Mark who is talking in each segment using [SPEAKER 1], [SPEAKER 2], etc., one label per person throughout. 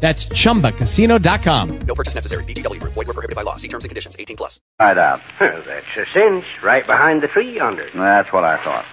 [SPEAKER 1] That's ChumbaCasino.com.
[SPEAKER 2] No purchase necessary. BGW. Void were prohibited by law. See terms and conditions. 18 plus.
[SPEAKER 3] Right out.
[SPEAKER 4] Huh, That's a cinch, right behind the tree yonder.
[SPEAKER 3] That's what I thought.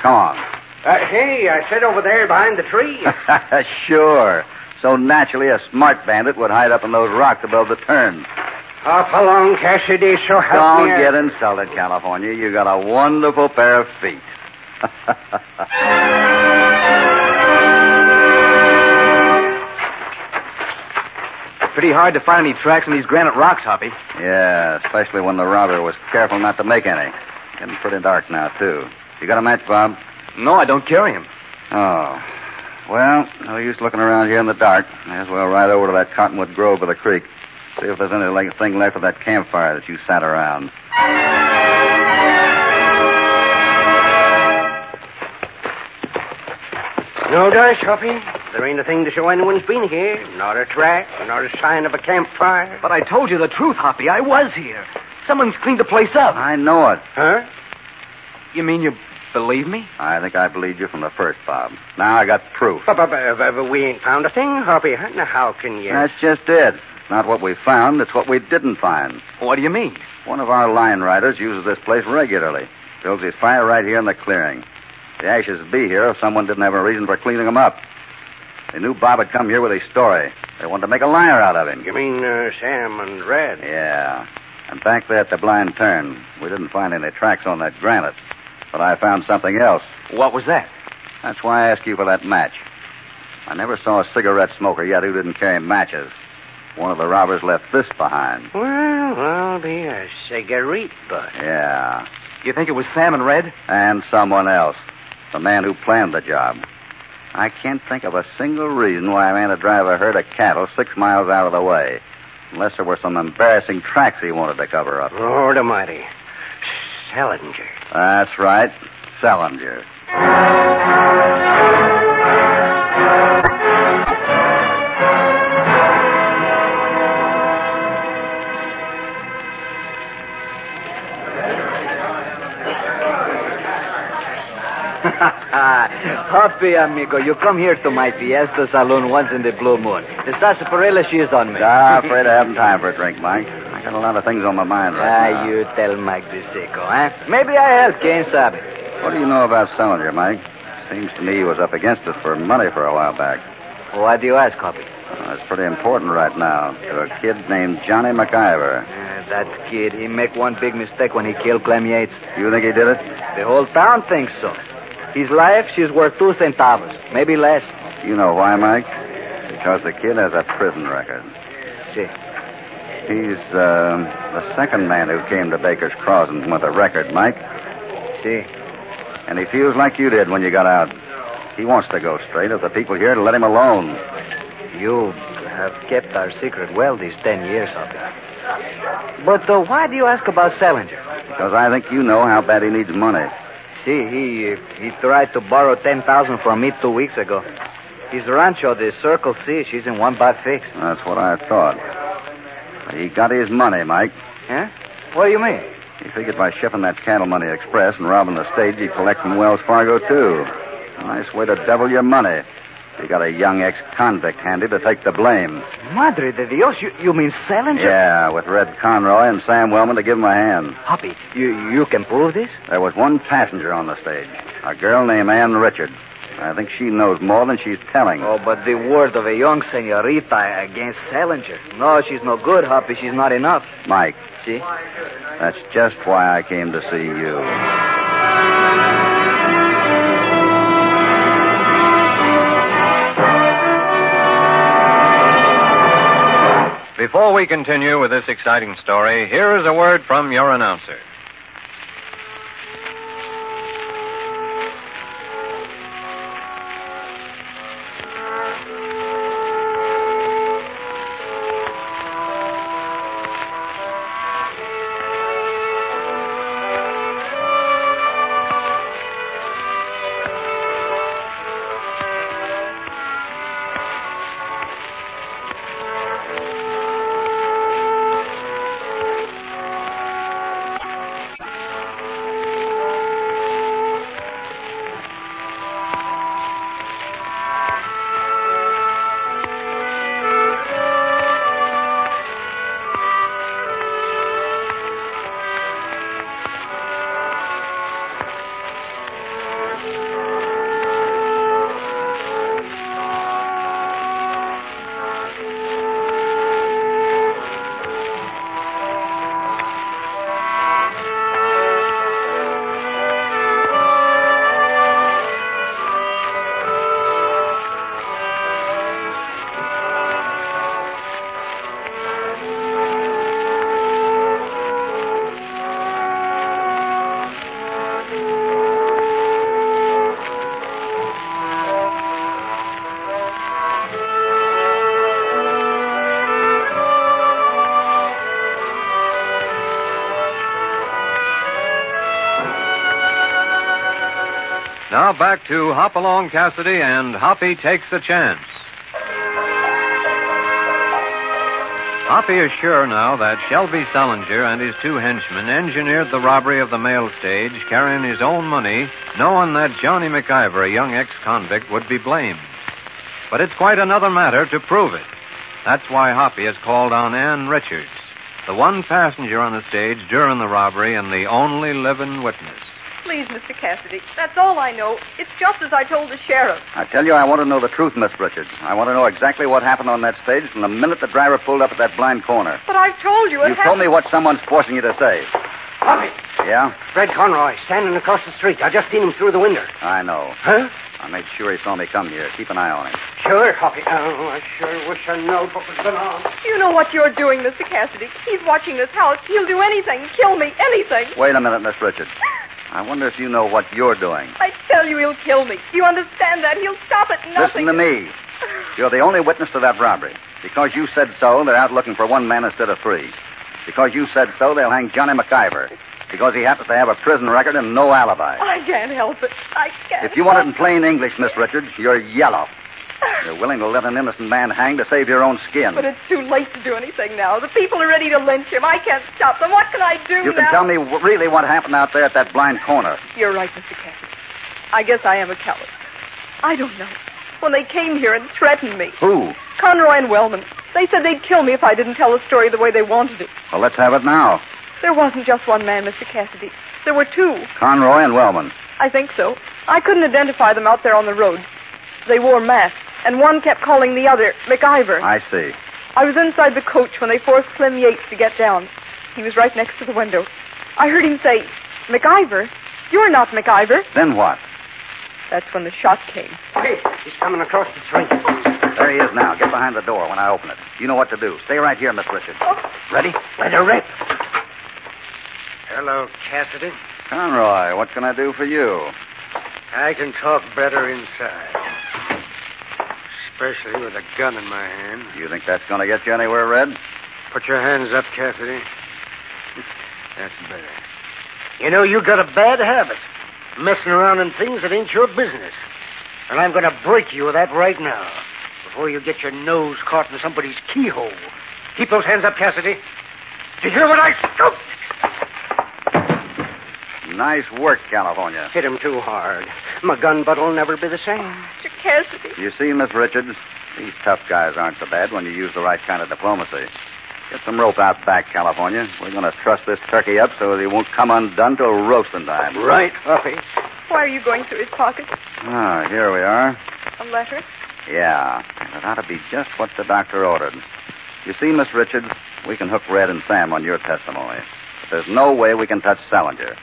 [SPEAKER 3] Come
[SPEAKER 4] Uh, hey, I said over there behind the tree.
[SPEAKER 3] on. sure. So naturally, a smart bandit would hide up in those rocks above the turn.
[SPEAKER 4] Hop along, Cassidy, so help
[SPEAKER 3] Don't
[SPEAKER 4] me.
[SPEAKER 3] get insulted, California. You got a wonderful pair of feet.
[SPEAKER 5] Pretty hard to find any tracks in these granite rocks, Hoppy.
[SPEAKER 3] Yeah, especially when the robber was careful not to make any. Getting pretty dark now, too. You got a match, Bob?
[SPEAKER 5] No, I don't carry him.
[SPEAKER 3] Oh. Well, no use looking around here in the dark. May as well ride over to that cottonwood grove by the creek. See if there's anything left of that campfire that you sat around.
[SPEAKER 4] No dice, Hoppy. There ain't a thing to show anyone's been here. Not a track, not a sign of a campfire.
[SPEAKER 5] But I told you the truth, Hoppy. I was here. Someone's cleaned the place up.
[SPEAKER 3] I know it.
[SPEAKER 4] Huh?
[SPEAKER 5] You mean you believe me?
[SPEAKER 3] I think I believed you from the first, Bob. Now I got proof.
[SPEAKER 4] But, but, but, but, but we ain't found a thing, Hoppy. Huh? Now, how can you?
[SPEAKER 3] That's just it. It's not what we found, it's what we didn't find.
[SPEAKER 5] What do you mean?
[SPEAKER 3] One of our line riders uses this place regularly. Builds his fire right here in the clearing. The ashes would be here if someone didn't have a reason for cleaning them up. They knew Bob had come here with his story. They wanted to make a liar out of him.
[SPEAKER 4] You mean uh, Sam and Red?
[SPEAKER 3] Yeah. And back there at the blind turn, we didn't find any tracks on that granite. But I found something else.
[SPEAKER 5] What was that?
[SPEAKER 3] That's why I asked you for that match. I never saw a cigarette smoker yet who didn't carry matches. One of the robbers left this behind.
[SPEAKER 4] Well, I'll be a cigarette butt.
[SPEAKER 3] Yeah.
[SPEAKER 5] You think it was Sam and Red?
[SPEAKER 3] And someone else. The man who planned the job. I can't think of a single reason why a man to drive a herd of cattle six miles out of the way. Unless there were some embarrassing tracks he wanted to cover up.
[SPEAKER 4] Lord Almighty. Salinger.
[SPEAKER 3] That's right. Salinger.
[SPEAKER 5] Hoppy, Ah, amigo, you come here to my fiesta saloon once in the blue moon. The sarsaparilla she is on me.
[SPEAKER 3] Ah, afraid I haven't time for a drink, Mike. I got a lot of things on my mind right now.
[SPEAKER 5] Ah, you tell Mike the seco, eh? Maybe I help, quien sabe.
[SPEAKER 3] What do you know about Salinger, Mike? Seems to me he was up against it for money for a while back.
[SPEAKER 5] What do you ask, Hoppy?
[SPEAKER 3] Uh, it's pretty important right now to a kid named Johnny McIver.
[SPEAKER 5] Uh, that kid, he make one big mistake when he killed Clem Yates.
[SPEAKER 3] You think he did it?
[SPEAKER 5] The whole town thinks so. His life, she's worth two centavos, maybe less.
[SPEAKER 3] You know why, Mike? Because the kid has a prison record.
[SPEAKER 5] See,
[SPEAKER 3] He's uh, the second man who came to Baker's Crossing with a record, Mike.
[SPEAKER 5] see.
[SPEAKER 3] And he feels like you did when you got out. He wants to go straight if the people here let him alone.
[SPEAKER 5] You have kept our secret well these ten years, Hoppy. But uh, why do you ask about Salinger?
[SPEAKER 3] Because I think you know how bad he needs money.
[SPEAKER 5] See, he uh, he tried to borrow ten thousand from me two weeks ago. His rancho, the Circle C, she's in one bad fix.
[SPEAKER 3] That's what I thought. But he got his money, Mike.
[SPEAKER 5] Huh? What do you mean?
[SPEAKER 3] He figured by shipping that cattle money express and robbing the stage, he'd collect from Wells Fargo, too. Nice way to double your money. You got a young ex convict handy to take the blame.
[SPEAKER 5] Madre de Dios, you, you mean Salinger?
[SPEAKER 3] Yeah, with Red Conroy and Sam Wellman to give him a hand.
[SPEAKER 5] Hoppy, you, you can prove this?
[SPEAKER 3] There was one passenger on the stage, a girl named Ann Richard. I think she knows more than she's telling.
[SPEAKER 5] Oh, but the word of a young senorita against Salinger. No, she's no good, Hoppy. She's not enough.
[SPEAKER 3] Mike,
[SPEAKER 5] See?
[SPEAKER 3] that's just why I came to see you.
[SPEAKER 6] Before we continue with this exciting story, here is a word from your announcer. Now back to Hop Along Cassidy and Hoppy Takes a Chance. Hoppy is sure now that Shelby Salinger and his two henchmen engineered the robbery of the mail stage carrying his own money, knowing that Johnny McIver, a young ex convict, would be blamed. But it's quite another matter to prove it. That's why Hoppy has called on Ann Richards, the one passenger on the stage during the robbery and the only living witness.
[SPEAKER 7] Please, Mr. Cassidy. That's all I know. It's just as I told the sheriff.
[SPEAKER 3] I tell you, I want to know the truth, Miss Richards. I want to know exactly what happened on that stage from the minute the driver pulled up at that blind corner.
[SPEAKER 7] But I've told you it
[SPEAKER 3] You told me what someone's forcing you to say.
[SPEAKER 4] Hoppy,
[SPEAKER 3] Yeah,
[SPEAKER 4] Fred Conroy standing across the street. I just seen him through the window.
[SPEAKER 3] I know.
[SPEAKER 4] Huh?
[SPEAKER 3] I made sure he saw me come here. Keep an eye on him.
[SPEAKER 4] Sure, Hoppy. Oh, I sure wish I know what was going on.
[SPEAKER 7] You know what you're doing, Mr. Cassidy. He's watching this house. He'll do anything. Kill me. Anything.
[SPEAKER 3] Wait a minute, Miss Richards. I wonder if you know what you're doing.
[SPEAKER 7] I tell you, he'll kill me. Do you understand that? He'll stop at
[SPEAKER 3] Listen
[SPEAKER 7] nothing.
[SPEAKER 3] to me. You're the only witness to that robbery. Because you said so, they're out looking for one man instead of three. Because you said so, they'll hang Johnny McIver. Because he happens to have a prison record and no alibi.
[SPEAKER 7] I can't help it. I can't.
[SPEAKER 3] If you want it in plain English, Miss Richards, you're yellow. You're willing to let an innocent man hang to save your own skin.
[SPEAKER 7] But it's too late to do anything now. The people are ready to lynch him. I can't stop them. What can I do
[SPEAKER 3] You can
[SPEAKER 7] now?
[SPEAKER 3] tell me w- really what happened out there at that blind corner.
[SPEAKER 7] You're right, Mr. Cassidy. I guess I am a coward. I don't know. When they came here and threatened me,
[SPEAKER 3] Who?
[SPEAKER 7] Conroy and Wellman, they said they'd kill me if I didn't tell the story the way they wanted it.
[SPEAKER 3] Well, let's have it now.
[SPEAKER 7] There wasn't just one man, Mr. Cassidy. There were two.
[SPEAKER 3] Conroy and Wellman.
[SPEAKER 7] I think so. I couldn't identify them out there on the road. They wore masks, and one kept calling the other McIver.
[SPEAKER 3] I see.
[SPEAKER 7] I was inside the coach when they forced Clem Yates to get down. He was right next to the window. I heard him say, McIver? You're not McIver.
[SPEAKER 3] Then what?
[SPEAKER 7] That's when the shot came.
[SPEAKER 4] Hey, he's coming across the street.
[SPEAKER 3] There he is now. Get behind the door when I open it. You know what to do. Stay right here, Miss Richards.
[SPEAKER 7] Oh.
[SPEAKER 3] Ready?
[SPEAKER 4] Let her rip. Hello, Cassidy.
[SPEAKER 3] Conroy, what can I do for you?
[SPEAKER 4] I can talk better inside. Especially with a gun in my hand.
[SPEAKER 3] You think that's going to get you anywhere, Red?
[SPEAKER 4] Put your hands up, Cassidy. That's better. You know, you got a bad habit. Messing around in things that ain't your business. And I'm going to break you of that right now. Before you get your nose caught in somebody's keyhole. Keep those hands up, Cassidy. Did you hear what I... Oh!
[SPEAKER 3] Nice work, California.
[SPEAKER 4] Hit him too hard. My gun butt will never be the same.
[SPEAKER 7] Mr. Cassidy.
[SPEAKER 3] You see, Miss Richards, these tough guys aren't so bad when you use the right kind of diplomacy. Get some rope out back, California. We're going to truss this turkey up so that he won't come undone till roasting time.
[SPEAKER 4] Right, Hoppy.
[SPEAKER 7] Why are you going through his pockets?
[SPEAKER 3] Ah, here we are.
[SPEAKER 7] A letter?
[SPEAKER 3] Yeah, and it ought to be just what the doctor ordered. You see, Miss Richards, we can hook Red and Sam on your testimony. But there's no way we can touch Salinger.